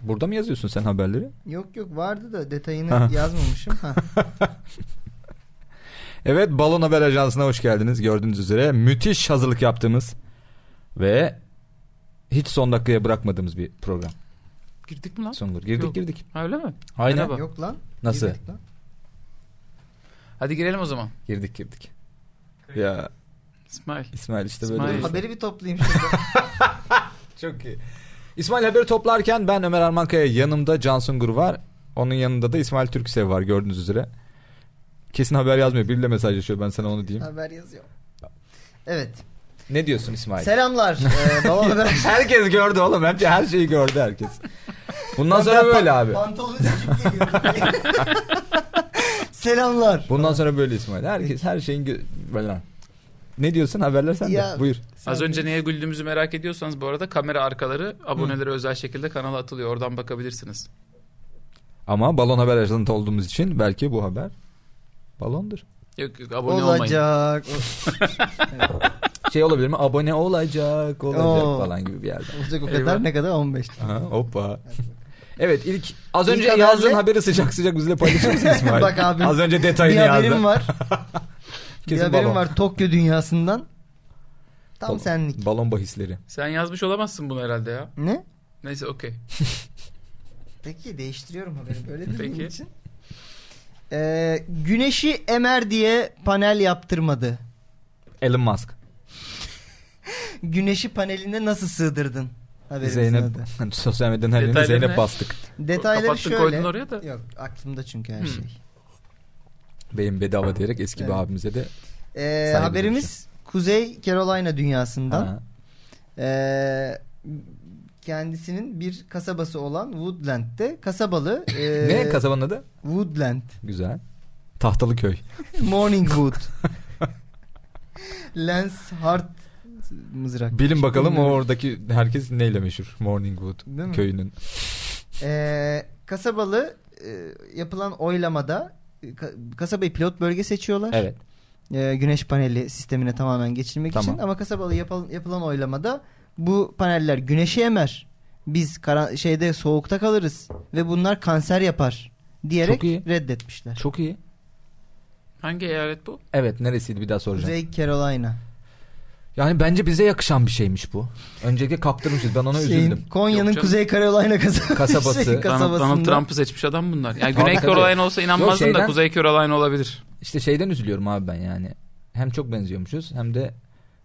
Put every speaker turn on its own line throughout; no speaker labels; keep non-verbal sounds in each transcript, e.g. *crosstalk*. Burada mı yazıyorsun sen haberleri?
Yok yok vardı da detayını
Ha.
yazmamışım.
*laughs*
Ha.
Evet Balon Haber Ajansı'na hoş geldiniz. Gördüğünüz üzere müthiş hazırlık yaptığımız ve hiç son dakikaya bırakmadığımız bir program.
Girdik mi lan?
Songur girdik
Yok.
girdik.
Ha, öyle mi?
Aynen.
Merhaba.
yok lan.
Nasıl?
Girmedik lan.
Hadi girelim o zaman.
Girdik girdik. Ya
İsmail.
İsmail işte
İsmail.
böyle.
Haberi bir toplayayım şimdi.
*laughs* Çok iyi. İsmail haberi toplarken ben Ömer Armankaya yanımda Can Sungur var. Onun yanında da İsmail Türksev var gördüğünüz üzere. Kesin haber yazmıyor. Biriyle mesajlaşıyor ben sana onu diyeyim.
Haber yazıyor. Evet.
Ne diyorsun İsmail?
Selamlar.
*laughs*
Ee, baba haber.
herkes gördü oğlum. Hepsi her şeyi gördü herkes. Bundan sonra böyle abi.
Pantolonu çekip geliyor.
*laughs*
Selamlar.
Bundan sonra böyle İsmail. Herkes her şeyin gö- böyle. Ne diyorsun haberler sende?
Ya-
Buyur.
Az önce neye güldüğümüzü merak ediyorsanız bu arada kamera arkaları abonelere özel şekilde kanala atılıyor. Oradan bakabilirsiniz.
Ama balon haber ajansı olduğumuz için belki bu haber balondur.
Yok, yok abone olmayın.
olacak.
Şey olabilir mi? Abone olacak, olacak
Oo.
falan gibi bir yerde.
Olacak o
Eyvah.
kadar ne kadar 15.
Aha,
*laughs*
hoppa. Evet ilk az
İlk
önce
haberle-
yazdığın haberi sıcak sıcak bizle
*laughs*
paylaşırsın İsmail.
Bak abim,
Az önce
Bir
detayını yazdın. *laughs*
haberim var. bir
Kesin
haberim
balon.
var Tokyo dünyasından. Tam
Balon.
senlik.
Balon bahisleri.
Sen yazmış olamazsın bunu herhalde ya.
Ne?
Neyse okey.
Peki değiştiriyorum haberi. Böyle dediğin
Peki.
için. Ee, güneşi emer diye panel yaptırmadı.
Elon Musk.
Güneşi paneline nasıl sığdırdın? Haberimizin
Zeynep. *laughs*
adı.
Sosyal medyanın her yerine
Detayları
Zeynep
ne?
bastık.
Detayları
Kapattın,
şöyle.
koydun oraya da.
Yok aklımda çünkü her
Hmm.
şey.
Beyin bedava diyerek eski bir
Evet.
abimize de.
Ee,
Saygı
haberimiz Kuzey Carolina dünyasından.
Ha.
Ee, kendisinin bir kasabası olan Woodland'de
*laughs*
kasabalı e,
Ne kasabanın adı?
Woodland
Güzel. Tahtalı köy.
Morningwood.
*laughs*
Lance Hart mızrak.
Bilin bakalım o
Bilmiyorum.
oradaki herkes neyle meşhur? Morningwood
Değil mi?
köyünün.
Ee, kasabalı e, yapılan oylamada e, ka- kasabayı pilot bölge seçiyorlar.
Evet.
Ee, güneş paneli sistemine tamamen geçilmek
Tamam.
için ama kasabalı yapal- yapılan oylamada bu paneller güneşi emer. Biz kara- şeyde soğukta kalırız ve bunlar kanser yapar diyerek
Çok iyi.
reddetmişler.
Çok iyi.
Hangi eyalet bu?
Evet neresiydi bir daha soracağım.
Kuzey Carolina.
Yani bence bize yakışan bir şeymiş bu. Öncelikle kaptırmışız ben ona
Şeyin,
üzüldüm.
Konya'nın
Yok canım.
Kuzey Carolina kasabası.
Kasabası.
*laughs* Şey,
Donald,
kasabasında.
Donald Trump'ı seçmiş adam bunlar. Yani
Tabii,
Güney
tabii.
Carolina olsa inanmazdım
Yok, şeyden-
da Kuzey Carolina olabilir.
İşte şeyden üzülüyorum abi ben yani. Hem çok benziyormuşuz hem de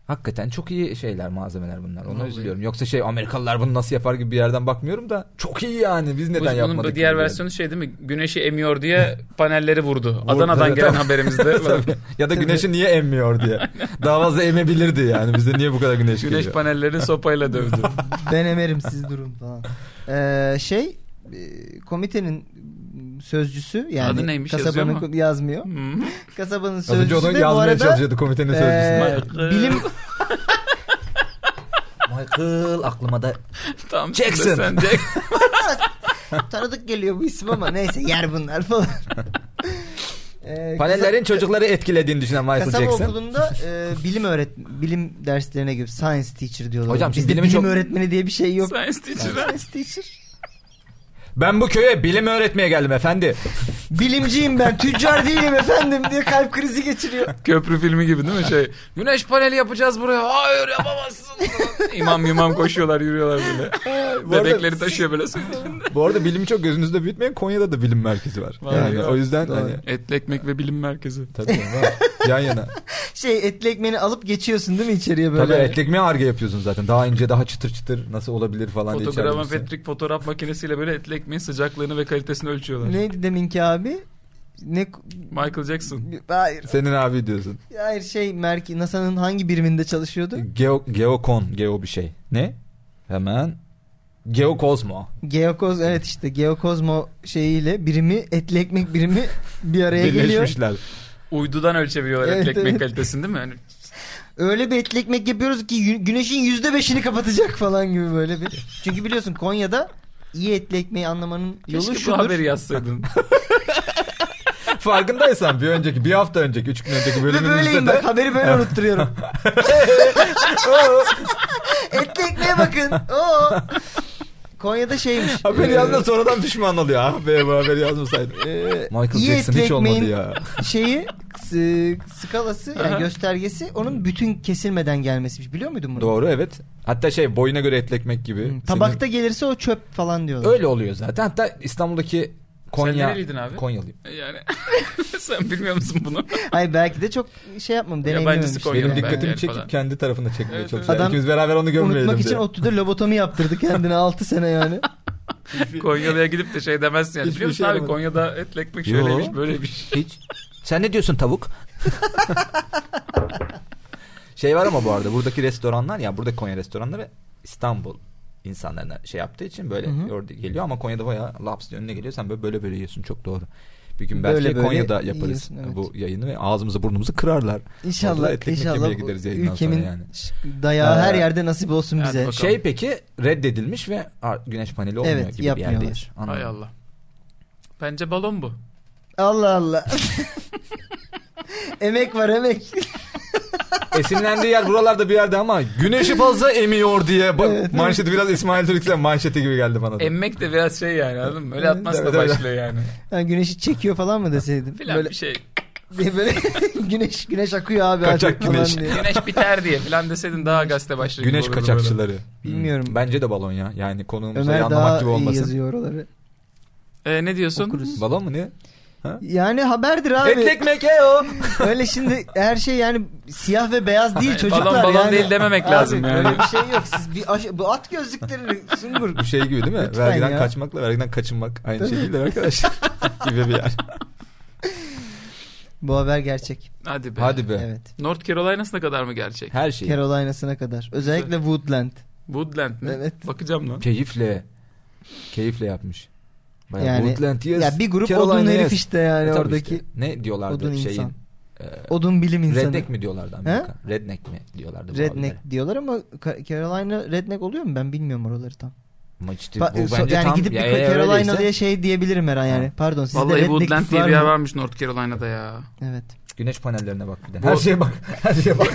hakikaten çok iyi şeyler malzemeler bunlar. Ona
Vallahi.
üzülüyorum. Yoksa şey Amerikalılar bunu nasıl yapar gibi bir yerden bakmıyorum da çok iyi yani biz neden
Bu-
yapmadık?
Bunun bu
gibi
diğer
bir
versiyonu şey değil mi? Güneşi
*laughs*
emiyor diye panelleri vurdu. Adana'dan
tabii,
gelen
tabii. *laughs*
haberimizde. *laughs*
yerden. Tabii. ya da güneşi niye emmiyor diye. Daha fazla emebilirdi yani. Bizde niye bu kadar güneş,
Güneş
geliyor?
panelleri
*laughs*
sopayla dövdü.
*laughs* Ben emerim siz durun falan. Ee, şey e, komitenin sözcüsü yani
Adı neymiş,
kasabanın
yazıyor
ko- yazmıyor.
Hmm.
Kasabanın
Az önce
sözcüsü
onu
de bu
yazmaya
arada
çalışıyordu komitenin
Ee,
sözcüsü.
bilim
Michael aklıma da
Tamam,
Jackson.
şimdi Sen Jack-
tanıdık geliyor bu isim ama neyse yer
*laughs*
bunlar falan. Ee,
Panellerin çocukları etkilediğini düşünen
kasa-
Michael
kasaba
Jackson.
okulunda e, bilim öğret bilim derslerine gibi science teacher diyorlar.
Hocam siz
Bizde
bilimi
bilim
çok-
öğretmeni diye bir şey yok.
Science teacher'a.
Science teacher.
Ben bu köye bilim öğretmeye geldim efendi.
Bilimciyim ben, tüccar değilim efendim diye kalp krizi geçiriyor.
Köprü filmi gibi değil mi şey? Güneş paneli yapacağız buraya. Hayır yapamazsın. imam imam koşuyorlar yürüyorlar böyle.
bu arada-
Bebekleri taşıyor böyle.
Bu arada bilimi çok gözünüzde büyütmeyin. Konya'da da bilim merkezi var.
Var
yani
ya.
o yüzden
Doğru.
hani
Etli ekmek ve bilim merkezi.
tabii var. yan yana.
Şey etli ekmeğini alıp geçiyorsun değil mi içeriye böyle?
Tabii etli ekmeği arge yapıyorsun zaten. Daha ince, daha çıtır çıtır nasıl olabilir falan diye şey.
Fotograma
çağırıyorsun.
Patrick fotoğraf makinesiyle böyle etli ekmeğin sıcaklığını ve kalitesini ölçüyorlar.
Neydi deminki abi? Ne
Michael Jackson.
Hayır.
Senin abi diyorsun.
Hayır şey merki NASA'nın hangi biriminde çalışıyordu?
Geo, geokon, geo bir şey. Ne? Hemen Geokozmo.
Geokoz evet işte Geokozmo şeyiyle birimi etli ekmek birimi bir araya geliyor. *laughs*
Birleşmişler.
Uydudan ölçebiliyorlar
Evet,
etli ekmek
evet.
kalitesini değil mi? Hani Yani
Öyle bir etli ekmek yapıyoruz ki yü- güneşin yüzde beşini kapatacak falan gibi böyle bir. Çünkü biliyorsun Konya'da iyi etli ekmeği anlamanın yolu
keşke bu
şudur.
haberi yazsaydın.
Farkındaysan bir önceki, bir hafta önceki, üç gün önceki
Ve böyleyim
bölümümüzde de
bak haberi böyle unutturuyorum.
*laughs*
etli ekmeğe bakın. Oo. Konya'da şeymiş.
Haber
Ee,
yazma sonradan pişman oluyor. Ah be bu haberi yazmasaydım. Michael
iyi
Jackson hiç
etmek
olmadı
main-
ya.
şeyi s- e, skalası yani
Aha.
göstergesi onun bütün kesilmeden gelmesiymiş. Biliyor muydun bunu?
Doğru evet. Hatta şey boyuna göre etlekmek gibi.
Hı, Hmm, Tabakta gelirse o çöp falan diyorlar.
Senin- Öyle oluyor zaten. Hatta İstanbul'daki Konya...
nereliydin abi?
Konyalıyım.
Yani *laughs* sen bilmiyor musun bunu?
Ay belki de çok şey yapmam
Yabancısı
deneyimlememiş.
Konya.
Benim
Konyalıyım ben
dikkatimi
yani
çekip
falan.
kendi tarafına çekmeye
Evet,
çalışıyor.
evet.
İkimiz beraber onu gömmeyelim
Unutmak için
diye. *laughs*
*laughs*
ODTÜ'de lobotomi yaptırdı kendine 6 sene yani.
Konya'ya gidip de şey demezsin yani.
Hiçbir
Biliyor musun
şey
abi
yapamadım.
Konya'da et ekmek
Yo.
şöyleymiş böyleymiş.
Hiç. Sen ne diyorsun tavuk? şey var ama bu arada buradaki restoranlar ya burada Konya restoranları İstanbul insanlarına şey yaptığı için böyle
Hı hı.
orada geliyor ama Konya'da bayağı laps diye önüne geliyor. Sen böyle böyle böyle yiyorsun çok doğru. Bir gün belki
Böyle böyle
Konya'da yaparız
yiyorsun, evet.
bu yayını ve ağzımızı burnumuzu kırarlar. Orada da
İnşallah
etlik mekemeye
inşallah
gideriz
bu
yayından sonra
ülkemin
yani.
ş- dayağı her
Ee,
yerde nasip olsun
hadi
bize.
bakalım.
Şey peki reddedilmiş ve "Aa, güneş paneli olmuyor
Evet,
gibi bir
yapmıyorlar.
yerdeyiz. Anladım.
Hay Allah. Bence balon bu.
Allah Allah. *laughs* emek var emek.
Esinlendiği yer buralarda bir yerde ama güneşi fazla emiyor diye ba- manşeti biraz İsmail Türk'le manşeti gibi geldi bana da.
Emmek de biraz şey yani anladın mı? Öyle
Evet,
atmazsa
evet, evet. *laughs*
başlıyor yani.
Yani güneşi çekiyor falan mı deseydim?
Filan
Böyle,
bir şey.
böyle *laughs* güneş güneş akıyor abi.
Kaçak
artık falan
güneş.
diye.
Güneş biter diye filan deseydin daha gazete başlıyor. gibi
Güneş
olurdu böyle.
kaçakçıları.
Bilmiyorum.
Hmm, Bence de balon ya. Yani konuğumuzu
Ömer
anlamak gibi
daha iyi
olmasın.
yazıyor oraları.
Ee, ne diyorsun?
Okuruz.
Balon mu ne?
Yani haberdir abi.
Et ekmek e
*laughs*
o.
Öyle şimdi her şey yani siyah ve beyaz değil
Ay,
çocuklar.
balon balon
yani.
değil dememek lazım
Abi,
yani.
Böyle bir şey yok. Siz bir aş- bu at gözlüklerini sungur.
Bu şey gibi değil mi?
Lütfen
vergiden
ya.
kaçmakla vergiden kaçınmak aynı şey değil de
*laughs*
arkadaşlar. gibi bir yer.
Bu haber gerçek.
Hadi be.
Hadi be.
Evet.
North Carolina'sına kadar mı gerçek?
Her şey.
Carolina'sına kadar. Özellikle Woodland.
Woodland mi?
Evet.
Bakacağım lan.
Keyifle. Keyifle yapmış. Bayağı
Yani-
Woodland yes.
Ya bir grup
Carolina
odun
yes.
herif işte yani
E tabii
oradaki.
işte. Ne diyorlardı
Odun
şeyin?
insan.
e,
Odun bilim insanı.
redneck mi diyorlardı Amerika? Redneck mi diyorlardı bu abilere?
Redneck diyorlar ama Ka- Carolina redneck oluyor mu? Ben bilmiyorum oraları tam.
Ama işte
Fa-
bu
so-
bence
yani
tam
gidip bir
Ya eğer
Carolina
öyleyse-
diye şey diyebilirim her an yani.
Ha.
Pardon sizde
Vallahi
rednecklik
Woodland diye
var
bir yer
mı?
varmış North Carolina'da ya.
Evet.
Güneş panellerine bak bir de.
Bu-
Her şeye bak. *laughs* Her şeye
*laughs*
bak.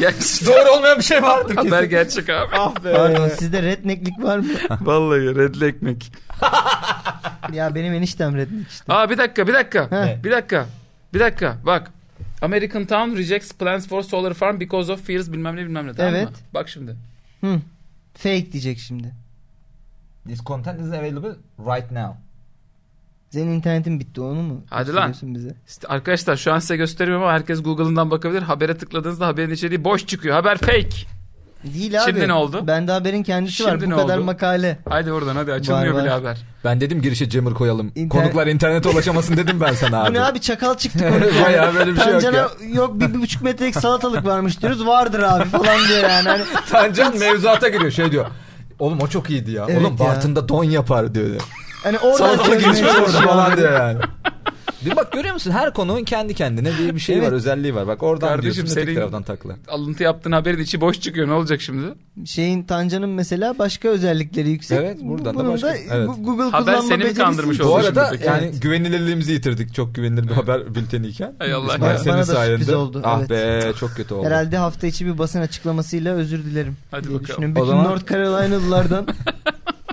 Gerçekten
Doğru olmayan bir şey vardır kesin.
*laughs* haber gerçek abi.
Ah be.
Pardon sizde rednecklik var mı?
*laughs* Vallahi redli ekmek.
ya benim eniştem redneck işte.
Aa bir dakika bir dakika.
Heh.
Bir dakika. Bir dakika. Bak. American Town rejects plans for solar farm because of fears bilmem ne bilmem ne. Tamam mı?
Evet.
Bak şimdi.
Hı. Fake diyecek şimdi.
This content is available right now.
Senin internetin bitti onu mu?
Hadi lan.
gösteriyorsun Bize?
İşte arkadaşlar şu an size göstermiyorum ama herkes Google'ından bakabilir. Habere tıkladığınızda haberin içeriği boş çıkıyor. Haber fake.
Değil abi.
Şimdi ne oldu?
Bende haberin kendisi var.
Şimdi
Bu
ne
kadar
oldu?
makale.
Haydi oradan hadi açılmıyor
Var,
bile
var.
haber.
Ben dedim girişe jammer koyalım.
İnter-
Konuklar internete ulaşamasın dedim ben
*laughs*
sana
Bu
abi.
ne abi çakal
*laughs*
çıktı.
Bayağı böyle bir şey yok
Tancana
ya.
yok bir, bir buçuk metrelik salatalık varmış diyoruz. Vardır abi falan diyor yani. Hani
Tancan mevzuata giriyor şey diyor. Oğlum o çok iyiydi ya.
Evet
Oğlum
ya.
Bartın'da don yapar diyor.
Hani oradan
Salatalık
çözmeye
geçmiş orada
çalışıyor
falan
abi.
diyor yani. Değil mi? Bak görüyor musun her konuğun kendi kendine diye bir şey
Evet.
var özelliği var. Bak oradan
Kardeşim
diyorsun öteki
senin-
taraftan takla.
Alıntı yaptığın haberin içi boş çıkıyor. Ne olacak şimdi?
Şeyin Tancan'ın mesela başka özellikleri yüksek.
Evet, buradan da
Bunun
başka- evet.
bu- Google
Haber
kullanma
seni mi
becerisi-
kandırmış
Bu
oldu
arada
şimdi peki?
yani
Evet.
güvenilirliğimizi yitirdik çok güvenilir bir haber bülteniyken.
Hay Allah
İsmail
ya.
senin
Bana da
sayende.
sürpriz oldu,
Ah
evet.
be çok kötü oldu.
Herhalde hafta içi bir basın açıklamasıyla özür dilerim.
Hadi
diye
bakalım.
düşünüyorum.
O
Bütün
zaman-
North Carolina'lılardan,
*laughs*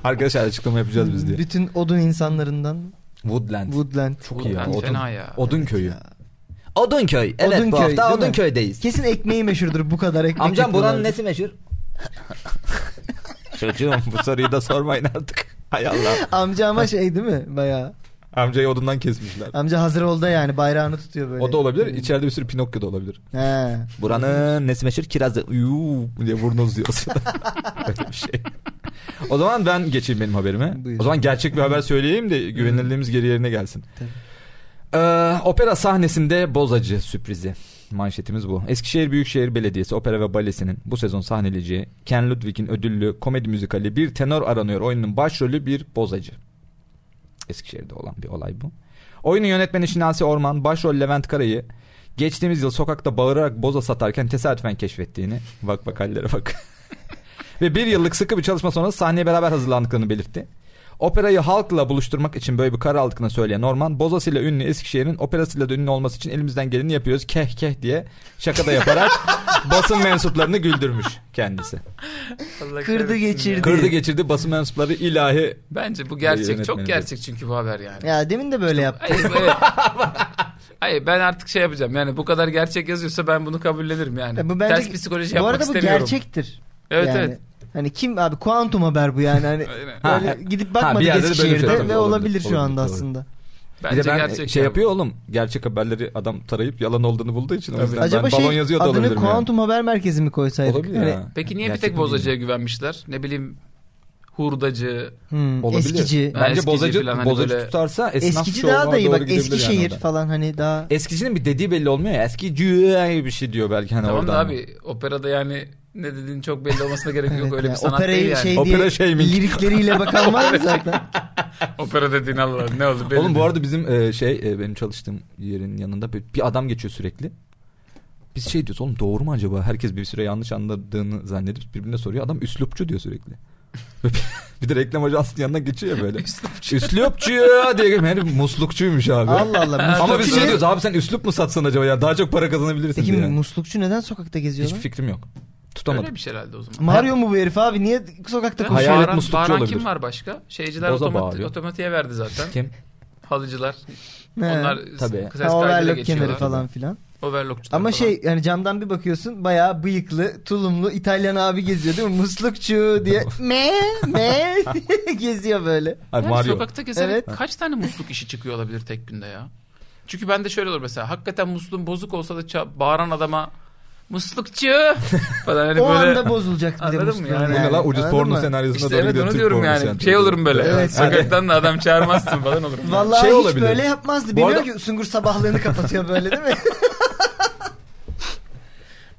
Arkadaşlar açıklama yapacağız biz diye.
bütün odun insanlarından
Woodland.
Woodland.
Çok iyi ya.
Ulan
Odun,
Fena ya.
Odun köyü. Odunköy. Evet
Odunköy,
bu hafta
değil mi?
Odunköy'deyiz.
Kesin ekmeği meşhurdur bu kadar ekmek.
Amcam buranın
yapıyorlardır.
nesi meşhur? Çocuğum bu soruyu da sormayın artık. Hay Allah.
Amca ama şey değil mi? Bayağı.
Amcayı odundan kesmişler.
Amca hazır oldu yani bayrağını tutuyor böyle.
O da olabilir. İçeride bir sürü Pinokyo da olabilir.
He.
Buranın nesi meşhur? Kirazı. Uyuu diye burnu uzuyor. *laughs* Böyle bir şey. O zaman ben geçeyim benim haberime.
Buyurun.
O zaman gerçek bir haber söyleyeyim de güvenilirliğimiz geri yerine gelsin. Ee, opera sahnesinde bozacı sürprizi. Manşetimiz bu. Eskişehir Büyükşehir Belediyesi Opera ve Balesi'nin bu sezon sahneleyeceği Ken Ludwig'in ödüllü komedi müzikali Bir Tenor Aranıyor oyununun başrolü bir bozacı. Eskişehir'de olan bir olay bu. Oyunun yönetmeni Şinasi Orman, başrol Levent Karay'ı geçtiğimiz yıl sokakta bağırarak boza satarken tesadüfen keşfettiğini, *laughs* bak bak hallere bak. ve bir yıllık sıkı bir çalışma sonrası sahneye beraber hazırlandıklarını belirtti. Operayı halkla buluşturmak için böyle bir karar aldıklarını söyleyen Norman, bozasıyla ünlü Eskişehir'in operasıyla da ünlü olması için elimizden geleni yapıyoruz keh keh diye şaka da yaparak basın mensuplarını güldürmüş kendisi.
Allah
Kırdı
kahretsin
geçirdi.
ya.
Kırdı geçirdi basın mensupları ilahi
Bence bu gerçek.
Yönetmeni
Çok gerçek çünkü bu haber yani.
Ya demin de böyle yaptı.
Hayır,
*laughs*
evet. Hayır ben artık şey yapacağım. Yani bu kadar gerçek yazıyorsa ben bunu kabullenirim yani.
Ya bu bence-
Ters psikoloji
Bu
yapmak
arada bu
istemiyorum.
gerçektir.
Evet
yani.
evet.
Hani kim abi kuantum haber bu yani hani
Aynen.
Ha,
böyle
ha.
gidip
Ha, bir
bakmadık
yerde de böyle bir şey.
Eskişehir'de
Tabii,
ve
olabilir,
olabilir şu anda
olabilir,
aslında.
Bir
Bence
de ben
gerçek.
şey
yani.
yapıyor oğlum. Gerçek haberleri adam tarayıp yalan olduğunu bulduğu için. O yüzden
Acaba
ben balon
şey
yazıyor da
adını
olabilirim yani.
kuantum haber merkezi mi koysaydık?
Olabilir
Hani,
ya.
Peki niye
Gerçek
bir
mi
tek bozacıya güvenmişler? Ne bileyim hurdacı.
hmm,
Olabilir.
Eskici.
Ha,
Bence
eskici
bozacı,
falan hani
bozacı
böyle-
tutarsa esnaf
Eskici
şovuna
daha da iyi
doğru
bak
gidebilir yani
Eskişehir
oradan.
falan hani daha
Eskicinin bir dediği belli olmuyor ya. Eskici bir şey diyor belki hani
Tamam
oradan.
da abi operada yani ne dediğin çok belli olmasına gerek yok.
Evet,
Öyle
*laughs*
bir
yani
sanat
operayı
değil yani.
şey
Opera
diye
shaming.
lirikleriyle bakan var mı zaten?
*laughs* Opera dediğin Allah ne oldu belli.
Oğlum bu
değil.
arada bizim e, şey e, benim çalıştığım yerin yanında bir, bir adam geçiyor sürekli. Biz şey diyoruz oğlum doğru mu acaba? Herkes bir süre yanlış anladığını zannedip birbirine soruyor. Adam üslupçu diyor sürekli. *laughs* bir de reklam ajansının yanına geçiyor ya böyle. üslupçu. diye herif muslukçuymuş abi.
Allah Allah.
Ama biz
muslukçu
şey
ne-
diyoruz abi sen üslup mu satsan acaba ya daha çok para kazanabilirsin
Peki
diye. yani.
muslukçu neden sokakta geziyor
Hiçbir
lan?
fikrim yok.
Öyle
Tutamadım.
bir şey herhalde o zaman.
Mario mu bu herif abi? Niye sokakta
Hayal-
koşuyor?
Hayalet
bağıran,
muslukçu
bağıran
olabilir.
kim var başka? Şeyciler
Boza
otomati-
bağırıyor.
otomatiğe verdi zaten.
Kim?
Halıcılar.
He.
Onlar
Tabii.
tabii.
Ha,
ses kaydıyla
Overlock kenarı
geçiyorlar.
falan filan.
Overlockçular
Ama
falan.
şey yani camdan bir bakıyorsun bayağı bıyıklı, tulumlu İtalyan abi geziyor değil mi? Muslukçu diye
*laughs*
me me diye geziyor böyle.
Abi
Yani
Mario.
sokakta gezerek
Evet.
kaç tane musluk işi çıkıyor olabilir tek günde ya? Çünkü ben de şöyle olur mesela. Hakikaten musluğum bozuk olsa da ça- bağıran adama muslukçu *laughs* falan hani
o
böyle.
anda bozulacak bir de
Anladın mı
musluğun
yani?
Bu ne lan ucuz
Anladın
porno
mı?
senaryosuna
İşte
doğru
evet
gidiyor
onu
Türk
diyorum
porno
yani.
senaryosuna.
Şey olurum böyle.
Evet.
*laughs* Sokaktan da adam çağırmazsın falan olurum.
Vallahi
Şey
hiç
olabilir.
böyle yapmazdı.
Bu
Biliyor
arada-
ki Sungur sabahlığını kapatıyor böyle değil mi?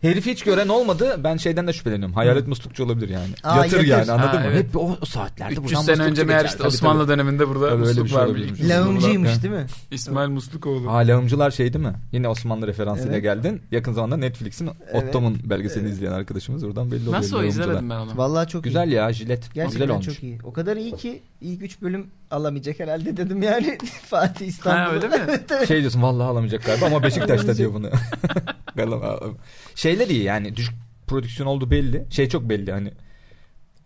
Herifi hiç gören olmadı. Ben şeyden de şüpheleniyorum. Hayalet muslukçu olabilir yani.
Aa,
yatır,
yatır.
yani anladın
Ha,
mı?
evet.
Hep o, o saatlerde
300
buradan
sene
muslukçu
önce meğer
geçer.
işte
Tabii,
Osmanlı döneminde burada
Tabii, öyle bir
musluk
şey
varmış.
olabilirmiş.
Lağımcıymış değil mi?
İsmail Muslukoğlu.
tabii. Aa lağımcılar şey değil mi? Yine Osmanlı referansıyla
Evet.
geldin. Yakın zamanda Netflix'in Ottom'un belgeselini izleyen arkadaşımız. Oradan belli oluyor.
Nasıl o
lağımcılar.
izlemedim ben onu.
Vallahi çok iyi.
Güzel ya jilet.
Gerçekten
Güzel olmuş.
çok iyi. O kadar iyi ki ilk 3 bölüm alamayacak herhalde dedim yani. *laughs* Fatih İstanbul'da.
Ha
*laughs*
öyle mi?
Şey diyorsun vallahi alamayacak galiba ama Beşiktaş'ta diyor
*laughs*
bunu. Galiba. Şeyler iyi Şey yani düşük prodüksiyon olduğu belli. Şey çok belli hani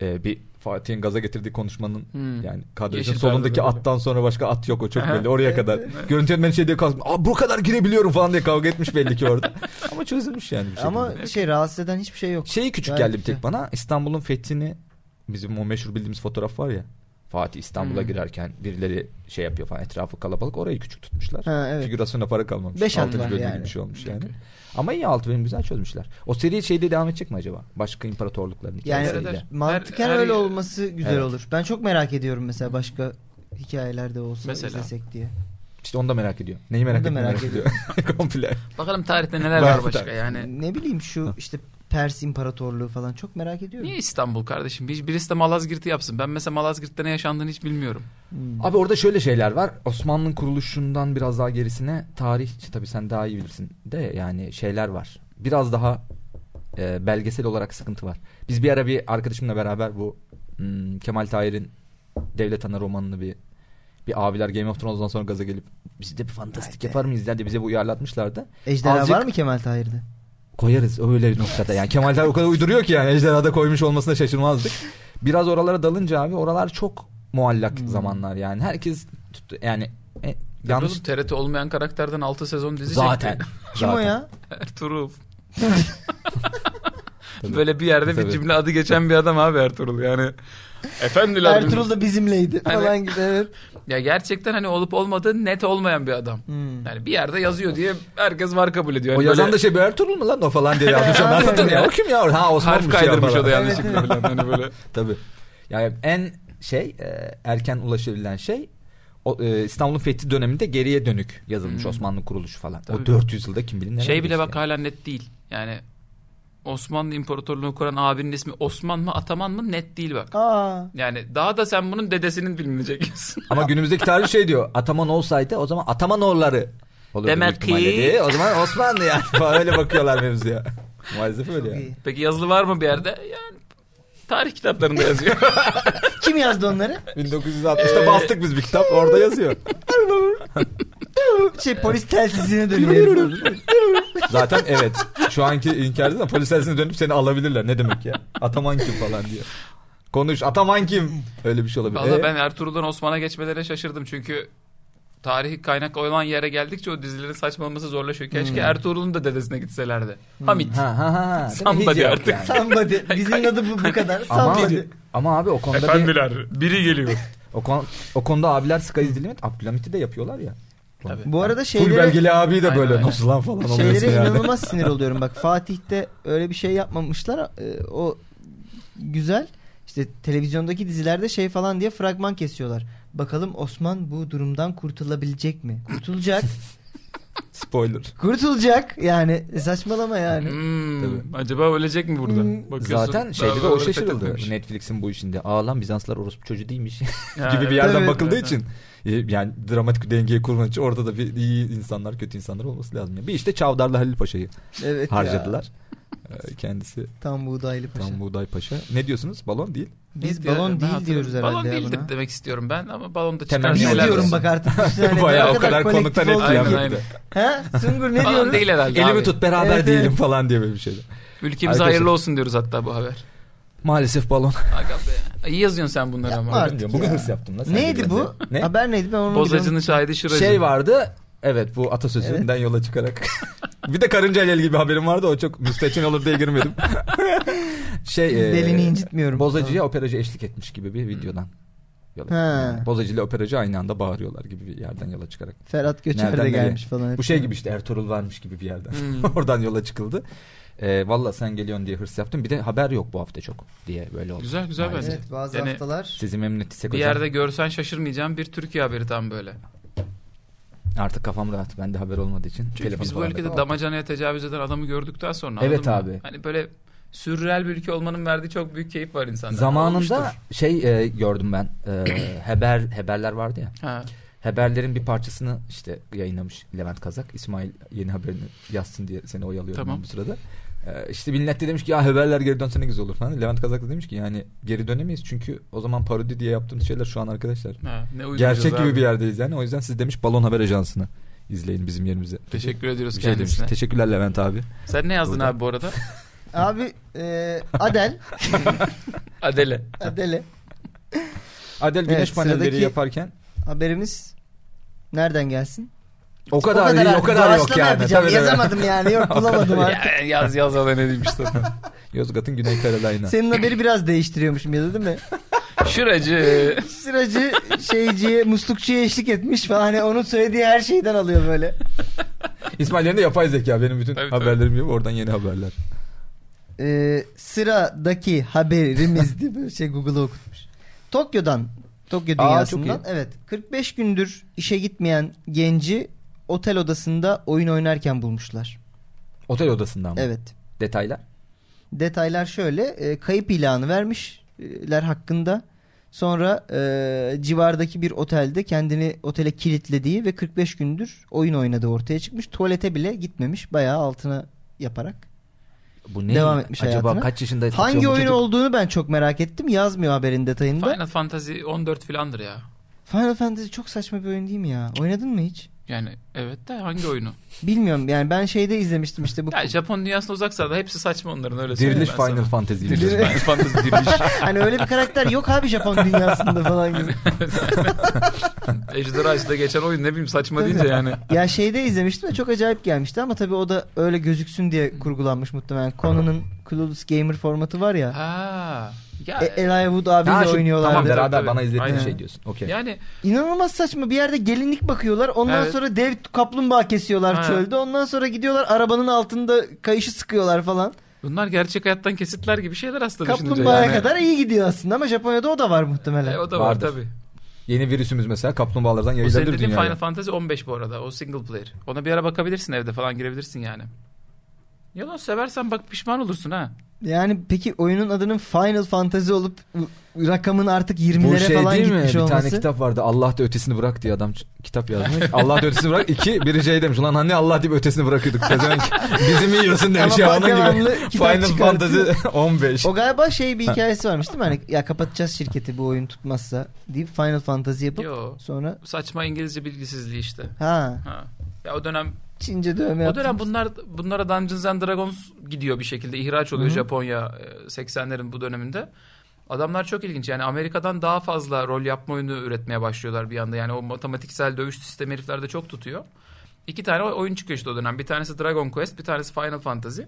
e, bir Fatih'in gaza getirdiği konuşmanın
Hmm.
yani kadrosun
Yeşil
solundaki
perdede böyle.
attan sonra başka at yok o çok
Aha.
belli oraya kadar. Görüntü yönetmeni şey diye kalsın. Aa bu kadar girebiliyorum falan diye kavga etmiş belli ki
*laughs*
orada. ama çözülmüş yani bir şekilde. Ama
Ama şey rahatsız eden hiçbir şey yok.
şeyi küçük
Gayet
geldi bir
güzel.
tek bana. İstanbul'un fethini bizim o meşhur bildiğimiz fotoğraf var ya. Fatih İstanbul'a
Hmm.
girerken birileri şey yapıyor falan etrafı kalabalık orayı küçük tutmuşlar.
Ha evet.
Figürasyona para kalmamış.
Beş
Altıncı
an var
bölümde
yani.
gibi bir şey olmuş yani. Ama iyi altı bölüm güzel çözmüşler. O seri şeyde devam edecek mi acaba? Başka imparatorlukların
Yani
hikayesiyle.
Eder.
mantıken
Her- her-
öyle olması güzel
Evet.
olur. Ben çok merak ediyorum mesela başka hikayelerde olsa
Mesela.
izlesek diye.
İşte onu da merak ediyor. Neyi merak
Onu da
ediyor?
merak
Merak ediyor. *laughs* Komple.
Bakalım tarihte neler
Var
var
bir
başka
tane.
yani.
Ne bileyim şu işte Pers İmparatorluğu falan çok merak ediyorum.
Niye İstanbul kardeşim? Bir, birisi de Malazgirt'i yapsın. Ben mesela Malazgirt'te ne yaşandığını hiç bilmiyorum.
Hmm. Abi orada şöyle şeyler var. Osmanlı'nın kuruluşundan biraz daha gerisine tarih tabii sen daha iyi bilirsin de yani şeyler var. Biraz daha e, belgesel olarak sıkıntı var. Biz bir ara bir arkadaşımla beraber bu hmm, Kemal Tahir'in Devlet Ana romanını bir bir abiler Game of Thrones'dan sonra gaza gelip biz de bir fantastik
Haydi.
yapar mıyız diye bize bu uyarlatmışlardı.
Ejderha
Azıcık-
var mı Kemal Tahir'de?
Koyarız öyle bir noktada. Yani Kemal Tahir o kadar uyduruyor ki yani ejderhada koymuş olmasına şaşırmazdık. Biraz oralara dalınca abi oralar çok muallak
Hmm.
zamanlar yani. Herkes tuttu yani e, yanlış
Yanlış. TRT olmayan karakterden 6 sezon dizi
zaten.
çekti. *laughs*
Kim o
Zaten.
ya?
Ertuğrul.
*laughs* Tabii.
Böyle bir yerde
Tabii.
bir cümle adı geçen bir adam abi Ertuğrul yani. Efendiler.
Ertuğrul da bizimleydi
Hani-
falan gibi evet.
*laughs* Ya gerçekten hani olup olmadığı net olmayan bir adam.
Hmm.
Yani bir yerde yazıyor diye herkes var kabul ediyor.
O
Hani
yazan
böyle
da şey bir Ertuğrul mu lan o falan
*laughs*
diye yazmış.
Aynen
Ben zaten
öyle.
ya o kim ya? Ha Osman'mış
harf
ya
kaydırmış
falan.
o
*laughs*
da yanlışlıkla
Evet,
falan. Hani
*laughs*
böyle.
Tabii. Yani en şey e, erken ulaşabilen şey o, e, İstanbul'un fethi döneminde geriye dönük yazılmış
Hmm.
Osmanlı kuruluşu falan. O
Tabii.
400 yılda kim bilir neler
Şey bile
geçti
bak
yani.
hala net değil. Yani Osmanlı İmparatorluğunu kuran abinin ismi Osman mı Ataman mı net değil bak.
Aa.
Yani daha da sen bunun dedesinin bilmeyecek. *laughs*
Ama günümüzdeki tarih şey diyor. Ataman olsaydı o zaman Atamanoğulları olurdu
Demek
büyük ihtimalle
ki-
diye. O zaman Osmanlı
*laughs*
yani. Falan öyle bakıyorlar mevzuya. Maalesef öyle
Çok
yani.
iyi.
Peki yazılı var mı bir yerde? Yani Tarih kitaplarında yazıyor.
Kim yazdı
*laughs*
onları?
Ee.
1960'ta bastık biz bir kitap orada yazıyor.
Şey polis telsizine dönüyor.
Zaten evet şu anki inkarcı da polis selsine dönüp seni alabilirler. Ne demek ya? Ataman kim falan diyor. Konuş Ataman kim? Öyle bir şey olabilir.
Valla
Ee,
ben Ertuğrul'dan Osman'a geçmelere şaşırdım çünkü tarihi kaynak olan yere geldikçe o dizilerin saçmalaması zorlaşıyor. Keşke Ertuğrul'un da dedesine gitselerdi. Hamit.
Hmm. Ha ha ha.
Somebody
Hiç yok
artık.
yani. *laughs*
Somebody. Dizinin adı bu, bu kadar.
Ama,
Somebody.
ama abi o konuda bir- *laughs*
biri geliyor.
o, kon- o konuda abiler Sky Dilmet Abdülhamit'i de yapıyorlar ya.
Tabii.
Bu arada
Pul
şeylere,
belgeli abi de
Aynen,
böyle
aynen.
nasıl lan falan oluyorsun
şeylere
şey yani.
inanılmaz sinir oluyorum. Bak Fatih'te öyle bir şey yapmamışlar. Ee, O güzel. İşte televizyondaki dizilerde şey falan diye fragman kesiyorlar. Bakalım Osman bu durumdan kurtulabilecek mi?
*laughs*
Kurtulacak.
Spoiler.
kurtulacak. Yani saçmalama yani.
Hmm,
Tabii.
acaba ölecek mi burada?
Hmm.
Bakıyorsun,
Zaten
daha
şeyde de
böyle
o şaşırıldı.
fethetmemiş.
Netflix'in bu işinde. Aa lan Bizanslar orospu çocuğu değilmiş.
Ya,
*laughs* gibi
evet,
bir yerden
evet,
bakıldığı
evet,
için e, yani dramatik bir dengeyi kurmak için orada da bir iyi insanlar kötü insanlar olması lazım. Yani Bir işte Çavdarlı Halil Paşa'yı
Evet ya. *laughs*
harcadılar. Ee, Kendisi
Tam buğdaylı paşa.
Tam Buğday Paşa. Ne diyorsunuz? Balon değil.
Biz
Ne diyor-
balon
ben
değil
hatırlıyorum.
diyoruz herhalde.
Balon
ya
değil de
buna.
demek istiyorum ben ama balonda
Temel
çıkan
bir
Biz
şeyler
diyorum
diyorsun.
bak
*laughs*
artık. Yani
Bayağı
ne
o kadar
kolektif
konuktan
olduk ki.
Aynen,
etkilenmedi.
aynen.
Ha? Sungur ne
Balon
diyorsun?
değil herhalde
Elimi
abi.
tut beraber
Evet,
diyelim
evet.
falan diye böyle bir şey. şeyler.
Ülkemize
Arkadaşlar.
hayırlı olsun diyoruz hatta bu haber.
Maalesef balon.
Aga be. İyi yazıyorsun sen bunları
Yapma
*laughs*
ama.
artık
Bugün
ya.
hırs yaptım. lan sen de.
Neydi bu?
Ne?
Haber neydi ben onu biliyorum.
Bozacının şahidi şıracı.
Şey vardı. Evet bu atasözünden yola çıkarak. *laughs* bir de karınca ile ilgili bir haberim vardı. O çok müstehcen olur diye girmedim. şey, e,
Belini incitmiyorum.
Bozacıya operacı eşlik etmiş gibi bir videodan. Yola.
Ha.
Yani bozacı ile operacı aynı anda bağırıyorlar gibi bir yerden yola çıkarak.
Ferhat Göçer
Nereden
de
nereye?
gelmiş falan.
Bu şey gibi işte Ertuğrul varmış gibi bir yerden.
Hmm.
*laughs* Oradan yola çıkıldı. Ee, Valla sen geliyorsun diye hırs yaptım. Bir de haber yok bu hafta çok diye böyle oldu.
Güzel güzel
Maalesef.
bence.
Evet bazı
Yani
haftalar.
Sizi memnun ettiysek
Bir
hocam.
yerde görsen şaşırmayacağım bir Türkiye haberi tam böyle.
Artık kafam rahat. Bende haber olmadığı için.
Çünkü biz bu
falan da
ülkede
kapalı.
damacanaya tecavüz eden adamı gördükten sonra
Evet
anladın mı?
abi.
Hani böyle sürreel bir ülke olmanın verdiği çok büyük keyif var insanda.
Zamanında *laughs*
Olmuştur.
şey e, gördüm ben. E, *clears throat* haber haberler vardı ya.
Ha.
Haberlerin bir parçasını işte yayınlamış Levent Kazak. İsmail yeni haberini yazsın diye seni oyalıyorum
Tamam.
ben bu sırada. Ee, işte millet de demiş ki ya haberler geri dönse ne güzel olur falan. Levent Kazak da demiş ki yani geri dönemeyiz çünkü o zaman parodi diye yaptığımız şeyler şu an arkadaşlar.
ha, Ne uyduracağız
Gerçek gibi
abi.
bir yerdeyiz yani. O yüzden siz demiş Balon Haber Ajansı'nı izleyin bizim yerimize.
Teşekkür ediyoruz
Bir şey demiş.
kendisine.
Teşekkürler Levent abi.
Sen ne yazdın
Burada.
abi bu arada? *laughs*
Abi e,
*laughs*
Adel.
Adele.
Adele.
Adel Güneş
Evet,
panelleri
sıradaki-
yaparken
Haberimiz nereden gelsin?
o kadar, iyi, o kadar yok
Doğaçlama
yani.
yapacağım.
Tabii, tabii.
Yazamadım yani
*laughs*
yok bulamadım artık.
ya, yaz yaz ona ne diyeyim işte.
Yozgat'ın Güney
*laughs*
Carolina.
Senin haberi biraz değiştiriyormuşum
*laughs*
ya değil mi?
Şuracı.
Sıracı şeyciye, muslukçuya eşlik etmiş falan. Hani onun söylediği her şeyden alıyor böyle.
İsmail yerinde yapay zeka. Benim bütün
Tabii, tabii.
haberlerim yok. Oradan yeni haberler.
Ee, sıradaki haberimiz diye böyle şey Google'a okutmuş. Tokyo'dan, Tokyo
Aa,
dünyasından.
çok
evet, 45 gündür işe gitmeyen genci otel odasında oyun oynarken bulmuşlar.
Otel odasından mı?
Evet.
Detaylar.
Detaylar şöyle, e, kayıp ilanı vermişler hakkında. Sonra e, civardaki bir otelde kendini otele kilitlediği ve 45 gündür oyun oynadığı ortaya çıkmış. Tuvalete bile gitmemiş, bayağı altına yaparak.
Bu ne?
Devam etmiş
Acaba
hayatına.
kaç yaşında?
Hangi
Çocuk-
oyun olduğunu ben çok merak ettim. Yazmıyor haberin detayında. Final,
Final Fantasy 14 filandır ya.
Fantasy çok saçma bir oyun değil mi ya? Oynadın mı hiç?
Yani evet de hangi oyunu?
Bilmiyorum yani ben şeyde izlemiştim işte bu.
Ya Japon dünyasına uzaksa da hepsi saçma onların öyle söyleyeyim
Diriliş
ben
Final
sana.
Fantasy. *laughs*
Diriliş Final Fantasy diriliş.
*laughs* hani öyle bir karakter yok abi Japon dünyasında falan gibi.
*laughs* Ejderha işte geçen oyun ne bileyim saçma
Tabii.
deyince yani.
Ya şeyde izlemiştim de çok acayip gelmişti ama tabii o da öyle gözüksün diye kurgulanmış muhtemelen. Conan'ın Clueless Gamer formatı var ya.
Ha. Ya,
E, Elijah Wood abiyle
Ha, şu-
oynuyorlardı.
Tamam
Tabii,
beraber
tabii.
bana izlediğin
Aynen.
şey diyorsun. Okey.
yani
İnanılmaz saçma bir yerde gelinlik bakıyorlar. Ondan
Evet.
sonra dev kaplumbağa kesiyorlar
Ha.
çölde. Ondan sonra gidiyorlar arabanın altında kayışı sıkıyorlar falan.
bunlar gerçek hayattan kesitler gibi şeyler aslında düşününce
Kaplumbağaya
yani.
kadar iyi gidiyor aslında ama Japonya'da o da var muhtemelen.
E, o da var
Vardır.
tabii.
Yeni virüsümüz mesela kaplumbağalardan
O senin
yayılabilir
dediğin Final
dünyaya.
Fantasy 15 bu arada. O single player. Ona bir ara bakabilirsin evde falan girebilirsin yani. Yalan seversen bak pişman olursun ha.
Yani peki oyunun adının Final Fantasy olup ı- rakamın artık
Bu
20'lere
şey
falan
değil mi?
gitmiş
Bir
olması.
tane kitap vardı. Allah da ötesini bırak diye adam ç- kitap yazmış. Allah da ötesini bırak. İki biri şey demiş. Ulan hani Allah deyip ötesini bırakıyorduk.
*laughs*
Pezevenk. Bizi mi yiyorsun demiş
Şey,
Ama
ya onun gibi.
*laughs*
baklavanlı kitap
Final Fantasy *laughs*
çıkartıyor.
15.
O galiba şey bir hikayesi varmış değil mi? Hani ya kapatacağız şirketi bu oyun tutmazsa deyip Final Fantasy yapıp
Yo.
sonra
Saçma İngilizce bilgisizliği işte.
ha
Ha. Ya o dönem
Çince dövme
o
yaptım.
dönem bunlar bunlara Dungeons and Dragons gidiyor bir şekilde ihraç oluyor
Hı hı.
Japonya e, 80'lerin bu döneminde. Adamlar çok ilginç yani Amerika'dan daha fazla rol yapma oyunu üretmeye başlıyorlar bir anda. Yani o matematiksel dövüş sistemi heriflerde çok tutuyor. İki tane oyun çıkıyor işte o dönem. Bir tanesi Dragon Quest, bir tanesi Final Fantasy.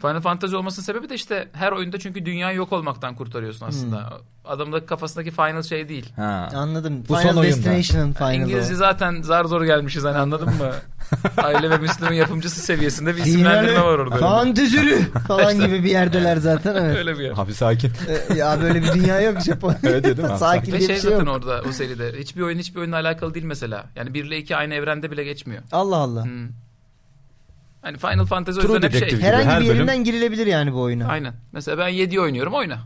Final Fantasy olmasının sebebi de işte her oyunda çünkü dünya yok olmaktan kurtarıyorsun aslında. Adamdaki kafasındaki final şey değil.
Ha.
Anladım.
Bu son
Final
oyunda.
Destination'ın finalı.
İngilizce
o.
zaten zar zor gelmişiz hani anladın mı? Aile ve Müslüm'ün yapımcısı seviyesinde bir isimlendirme
Dinlerle-
var orada.
Fan düzülü
*laughs*
falan gibi bir yerdeler zaten evet.
Öyle bir yer.
Abi sakin.
Ee, ya böyle bir dünya
*laughs*
yok Japon.
Öyle değil mi?
Sakin
Ve
diye
şey
bir şey
zaten
yok.
orada o seride. Hiçbir oyun hiçbir oyunla alakalı değil mesela. Yani 1 ile 2 aynı evrende bile geçmiyor.
Allah Allah.
Hmm. Hani Final Fantasy o
True
yüzden hep şey.
Detective.
Herhangi
Her
bir
bölüm-
yerinden girilebilir yani bu oyuna.
Aynen. Mesela ben 7 oynuyorum oyna.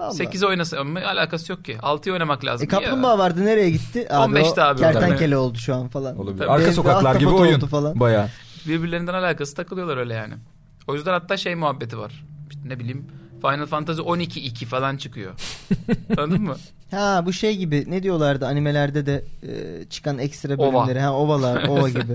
Vallahi.
8 oynasam mı alakası yok ki. 6'yı oynamak lazım.
E kaplumbağa vardı nereye gitti? Abi,
15'te
o
abi o
Kertenkele oldu şu an falan.
Olabilir.
Tabii.
Arka
Benim de
sokaklar
ahtapot
gibi
oldu
oyun.
falan.
Baya.
birbirlerinden alakası takılıyorlar öyle yani. O yüzden hatta şey muhabbeti var. İşte ne bileyim Final Fantasy 12 2 falan çıkıyor. Anladın mı?
Ha bu şey gibi ne diyorlardı animelerde de e, çıkan ekstra
Ova.
bölümleri. Ha
*laughs*
ovalar, ova gibi.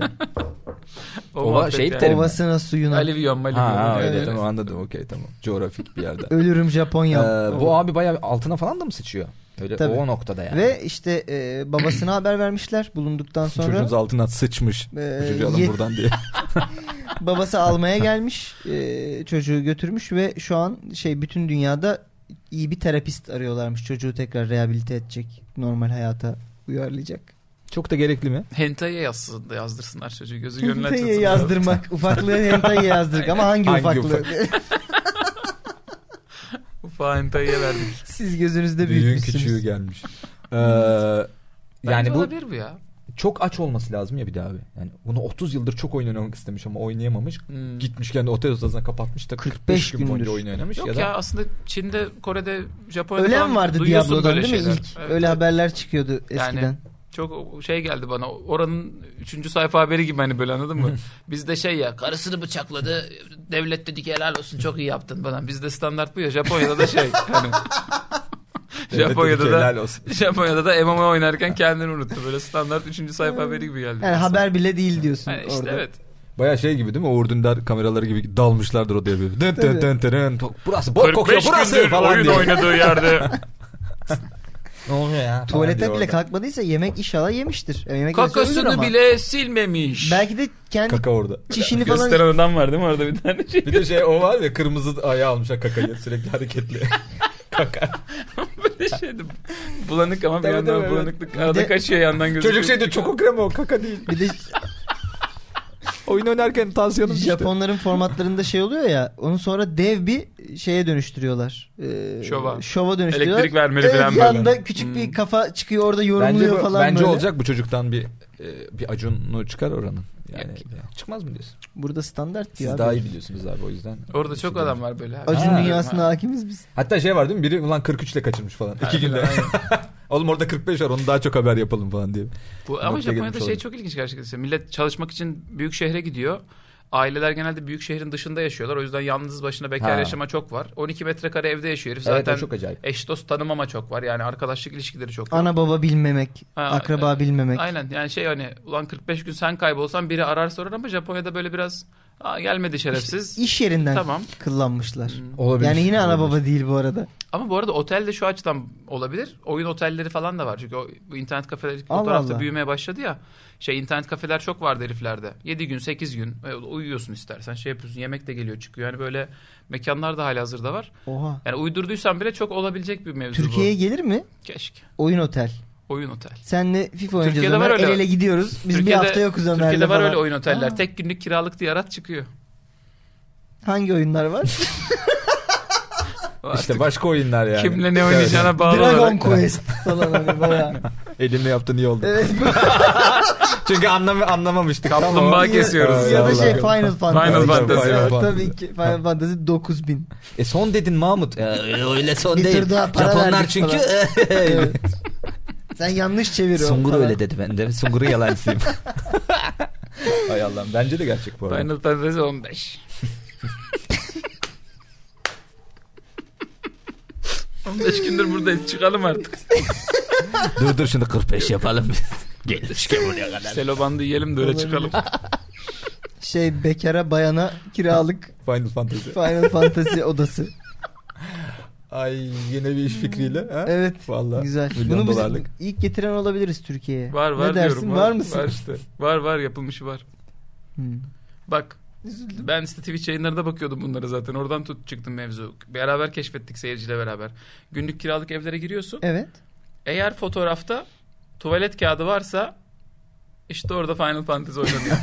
O
Ova
muhabbet
şey
yani.
terim.
Ovasına suyuna.
Aliviyon, maliviyon.
Ha, ha, öyle
Evet.
tamam anladım okey tamam. Coğrafik bir yerde.
Ölürüm Japonya.
Ee, bu abi bayağı altına falan da mı sıçıyor? Öyle
Tabii.
o noktada yani.
Ve işte e, babasına haber vermişler bulunduktan sonra.
Çocuğunuz altına sıçmış.
Ee,
Çocuğu alın
yet-
buradan
*laughs*
diye. *laughs*
Babası almaya gelmiş, e, çocuğu götürmüş ve şu an şey bütün dünyada iyi bir terapist arıyorlarmış. Çocuğu tekrar rehabilite edecek, normal hayata uyarlayacak.
Çok da gerekli mi?
Hentai'ye yazsın, yazdırsınlar çocuğu. Gözü gönlü
Hentai'ye
*laughs*
açılsın.
yazdırmak, ufaklığı hentai'ye yazdırmak ama hangi,
Hangi
ufaklığı?
*laughs* Ufa hentai'ye verdik.
*laughs* Siz gözünüzde
Büyüğün
büyütmüşsünüz.
küçüğü gelmiş. Ee,
yani
yani
bu...
bu
Olabilir bu ya.
çok aç olması lazım ya bir de abi. Yani bunu 30 yıldır çok oynanamak istemiş ama oynayamamış.
Hmm.
Gitmiş kendi otel odasına kapatmış da 45,
45
gün boyunca
gündür.
oyun oynamış
Yok
ya
ya,
da
aslında Çin'de, Kore'de, Japonya'da
Ölen
falan
vardı
duyuyorsun
Diablo'dan
böyle
değil mi
şeyler.
ilk?
Evet,
Öyle
evet.
haberler çıkıyordu eskiden.
*laughs* Çok şey geldi bana. Oranın 3. sayfa haberi gibi hani böyle
*laughs*
anladın mı? Bizde şey ya karısını bıçakladı.
e,
Devlet dedi ki helal olsun çok iyi yaptın falan. Bizde standart bu ya. Japonya'da da şey.
*laughs*
Hani...
Devlet
*laughs*
dedi
Japonya'da
ki,
da
helal olsun. *laughs*
Japonya'da da MMA oynarken kendini unuttu. Böyle standart 3. sayfa haberi gibi geldi.
Yani haber bile değil diyorsun
Yani işte
orada.
evet.
Baya şey gibi değil mi? Uğur Dündar kameraları gibi dalmışlardır odaya böyle. Dın dın dın dın dın. Burası bok kokuyor burası falan diye. *laughs*
oynadığı yerde.
Ne oluyor ya?
Tuvalete bile kalkmadıysa yemek inşallah yemiştir. Yani yemek yese ölür
Kakasını
ama.
bile silmemiş.
Belki de kendi
Kaka orada.
*laughs* çişini falan
adam var değil mi orada bir tane şey?
Bir de şey o var ya kırmızı ayağı almışlar kakayı sürekli *laughs* hareketli. Kaka.
Böyle şeydi. Bulanık ama bir
Tabii,
yandan
tabii, evet.
bulanıklık.
Bir
Arada
de-
kaçıyor yandan gözüküyor.
Çocuk şey diyor çoko kremi o kaka değil.
bir de
*laughs* Oyun oynarken tansiyonum düştü.
Japonların formatlarında şey oluyor ya onu sonra dev bir şeye dönüştürüyorlar. Ee,
Şova.
Şova dönüştürüyorlar.
Elektrik vermeli
evet,
falan böyle.
yanda küçük bir
Hmm.
kafa çıkıyor orada
Bence,
yorumluyor
bu-
falan
bence
böyle.
olacak bu çocuktan bir e, bir acunu çıkar oranın. Yani
Yok
çıkmaz mı diyorsun?
Burada standart
Siz
diyor
daha
abi.
iyi biliyorsunuz abi o yüzden.
Orada
Hiç
çok
şey
adam
değil.
var böyle. abi.
Acun
Ha.
dünyasına hakimiz biz.
Hatta şey var değil mi? Biri ulan 43 ile kaçırmış falan. İki günde. *laughs* Oğlum orada 45 var onu daha çok haber yapalım falan diye.
Bu, ama
Noktaya
Japonya'da
gelmiş
şey
olabilir.
çok ilginç gerçekten. Millet çalışmak için büyük şehre gidiyor. Aileler genelde büyük şehrin dışında yaşıyorlar. O yüzden yalnız başına bekar
Ha.
yaşama çok var. 12 metrekare evde yaşıyor herif.
Zaten...
Zaten
Evet o çok acayip.
eş dost tanımama çok var. Yani arkadaşlık ilişkileri çok yok.
Ana baba bilmemek,
Ha,
akraba bilmemek.
Aynen yani şey hani ulan 45 gün sen kaybolsan biri arar sorar ama Japonya'da böyle biraz Aa, gelmedi şerefsiz.
İş yerinden
Tamam. Hmm.
kıllanmışlar.
Olabilir.
Yani yine ana baba değil bu arada.
Ama bu arada otel de şu açıdan olabilir. Oyun otelleri falan da var. Çünkü o, bu internet kafeleri
Allah
o tarafta
Allah.
büyümeye başladı ya. Şey internet kafeler çok vardı heriflerde. 7 gün 8 gün e, uyuyorsun istersen şey yapıyorsun yemek de geliyor çıkıyor. Yani böyle mekanlar da hala hazırda var.
Oha.
Yani uydurduysam bile çok olabilecek bir mevzu
Türkiye'ye
bu.
gelir mi?
Keşke.
Oyun otel.
Oyun otel.
Senle FIFA oynayacağız
Türkiye'de var
Ömer. El
öyle.
ele gidiyoruz. Biz
Türkiye'de-
bir hafta yokuz Ömer'le
Türkiye'de var
falan.
öyle oyun oteller.
Aa.
Tek günlük kiralık diye arat çıkıyor. *laughs*
Hangi oyunlar var?
İşte başka oyunlar yani.
Kimle ne oynayacağına bağlı
Dragon
olarak.
Quest falan
*laughs*
hani bayağı.
Elimle yaptın iyi oldu.
Evet.
Çünkü anlam anlamamıştık.
Kaplumbağa
Tamam.
kesiyoruz.
ya da şey
Vallahi.
Final Fantasy.
Final Fantasy,
Evet,
evet.
Tabii ki Final Fantasy 9000.
*laughs* E son dedin Mahmut. E, öyle son
Bir
değil.
tur daha para
Japonlar
verdik
çünkü. *laughs*
Evet. Sen yanlış çeviriyorsun.
Sunguru
falan.
öyle dedi ben de. Sunguru *laughs* yalancısıyım. Hay Allah'ım. Bence de gerçek bu arada.
Final
*laughs*
Fantasy 15. 15 gündür buradayız çıkalım artık.
Dur dur şunu 45 yapalım. *laughs* Gelmişken buraya kadar.
Selobandı yiyelim de öyle çıkalım.
Şey bekara bayana kiralık
Final Fantasy.
Final Fantasy
*laughs*
odası.
Ay yine bir iş
Hmm.
fikriyle. Ha?
Evet.
Vallahi.
Güzel.
Milyon
Bunu biz
dolarlık.
ilk getiren olabiliriz Türkiye'ye.
Var var
ne dersin?
diyorum.
var, mısın?
Var işte. Var var yapılmışı var.
Hmm.
Bak ben işte Twitch yayınlarına bakıyordum bunlara zaten. Oradan tut çıktım mevzu. Beraber keşfettik seyirciyle beraber. Günlük kiralık evlere giriyorsun.
Evet.
Eğer fotoğrafta tuvalet kağıdı varsa işte orada Final Fantasy oynanıyor.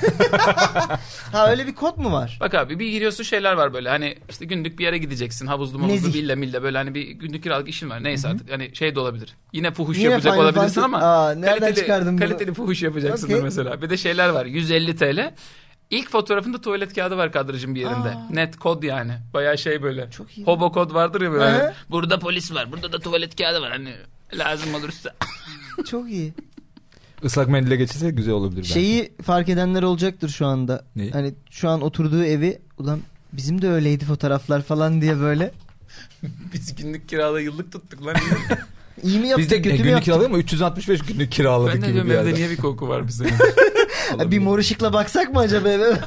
Ha öyle bir kod mu var?
Bak abi bir giriyorsun şeyler var böyle hani işte günlük bir yere gideceksin havuzlu
Nezih.
mavuzlu villa milla böyle hani bir günlük kiralık işin var neyse artık hani şey de olabilir. Yine fuhuş
Yine
yapacak
Final
olabilirsin
Fantasy-
ama
Aa, nereden
kaliteli,
çıkardın bunu?
kaliteli fuhuş yapacaksındır
Okey.
mesela. Bir de şeyler var 150 TL. İlk fotoğrafında tuvalet kağıdı var kadrajın bir yerinde.
Aa.
Net kod yani. Bayağı şey böyle.
Çok iyi.
Hobo kod vardır ya böyle.
Hı hı.
Hani Burada polis var. Burada da tuvalet kağıdı var. Hani lazım olursa. *laughs*
Çok iyi.
Islak mendile geçirse güzel olabilir. bence.
Şeyi fark edenler olacaktır şu anda.
Neyi?
Hani şu an oturduğu evi ulan bizim de öyleydi fotoğraflar falan diye böyle.
Biz günlük kirada yıllık
*laughs*
tuttuk lan.
İyi mi yaptık
Biz de e,
kötü mü
günlük
yaptık?
kiralıyor mu? 365 günlük kiraladık
ben de
gibi
diyorum
bir
evde
yerde.
niye bir koku
*laughs*
var bize?
Ha, bir mor ışıkla baksak mı acaba eve?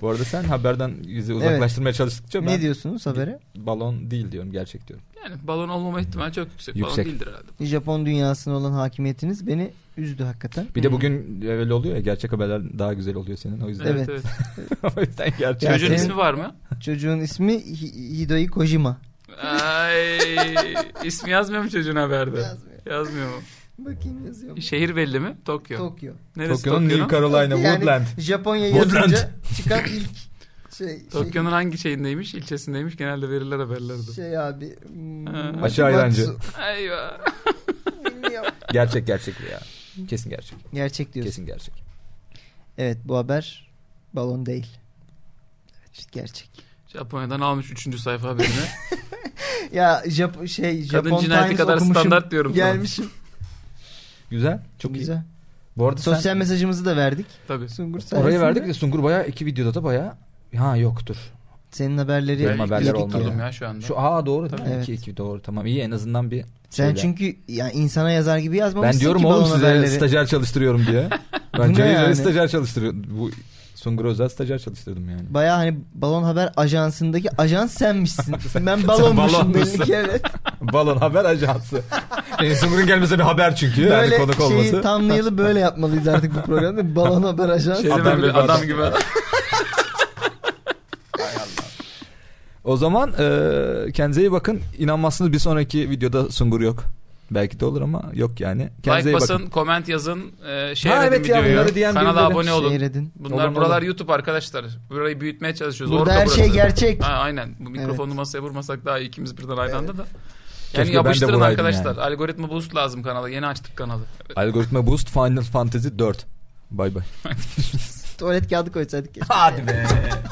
Bu arada sen haberden bizi uzaklaştırmaya çalıştıkça *laughs* ben
ne diyorsunuz habere?
balon değil diyorum gerçek diyorum.
Yani balon olmama ihtimali çok yüksek.
Yüksek.
Balon değildir herhalde.
Japon dünyasına olan hakimiyetiniz beni üzdü hakikaten.
Bir de
Hmm.
bugün öyle oluyor ya gerçek haberler daha güzel oluyor senin o yüzden.
Evet.
Evet.
*laughs* o yüzden gerçek.
Ya
Çocuğun
senin-
ismi var mı?
Çocuğun ismi Hi- Hidoi Kojima.
Ay, ismi yazmıyor mu çocuğun haberde?
Yazmıyor.
Yazmıyor mu?
Bakayım yazıyor mu?
Şehir belli mi? Tokyo.
Tokyo.
Neresi
Tokyo'nun
Tokyo'nun?
New Carolina,
Yani
Woodland.
Japonya
Woodland.
yazınca çıkan ilk şey. şey,
*laughs* Tokyo'nun hangi şeyindeymiş, ilçesindeymiş genelde veriler haberlerde.
şey abi. hmm,
Ha.
Aşı ayrancı.
Matsu,
Ayva.
bilmiyorum.
Gerçek gerçek bu ya. Kesin gerçek.
*laughs* Gerçek diyorsun.
Kesin gerçek.
Evet bu haber balon değil. Evet gerçek.
Japonya'dan almış 3. sayfa haberini.
Ya Jap şey
Kadın
Japon
cinayeti
Times
kadar
okumuşum.
standart diyorum. sana.
Gelmişim.
Güzel. Çok
Güzel.
iyi. Bu arada
Sosyal
sen
mesajımızı da verdik.
Tabii.
Sungur
oraya
sayesinde
verdik de Sungur bayağı iki videoda da bayağı ha yoktur.
Senin haberleri
Benim
Ben
haberler
ilk
yedik
olmadı.
oturdum
ya.
ya şu anda.
Şu aa doğru değil mi?
Evet.
İki, iki doğru tamam iyi en azından bir
Sen
söyle.
çünkü yani insana yazar gibi yazmamışsın
ben diyorum
ki
oğlum
balon
size
haberleri.
stajyer çalıştırıyorum diye.
*laughs*
Ben
ne
Cahil
yani?
stajyer çalıştırıyorum. Bu Sungur Özel stajyer çalıştırdım yani. *laughs*
Baya hani balon haber ajansındaki ajans
*laughs*
senmişsin. ben balonmuşum
balonmuşsun.
belli ki evet.
Balon haber
*laughs*
ajansı. e, Sungur'un gelmesi bir haber çünkü. yani
Böyle şey
konuk
şeyi
olması.
thumbnail'ı böyle yapmalıyız artık bu programda. Balon haber ajansı.
Şey
Adam
adam,
gibi
gibi
adam.
adam gibi adam.
O zaman e, kendinize iyi bakın. İnanmazsınız bir sonraki videoda Sungur yok. Belki de olur ama yok yani. Kendinize
like
iyi
basın,
bakın.
comment yazın, e, share
Ha,
edin
evet ya,
videoyu.
bunları diyen
Kanala
birileri.
abone olun.
Şehir edin.
Bunlar
Olur,
buralar
olur.
YouTube arkadaşlar. Burayı büyütmeye çalışıyoruz.
Burada
Orta
her şey
burası.
gerçek.
Ha, aynen. Bu mikrofonu
Evet.
masaya vurmasak daha iyi. ikimiz birden aynı anda da.
Keşke
Yani
ben de
yapıştırın
vuraydım
arkadaşlar.
yani.
Algoritma boost lazım kanala. Yeni açtık kanalı.
Algoritma Boost Final Fantasy 4. Bay bay.
Tuvalet kağıdı koysaydık keşke.
Hadi be.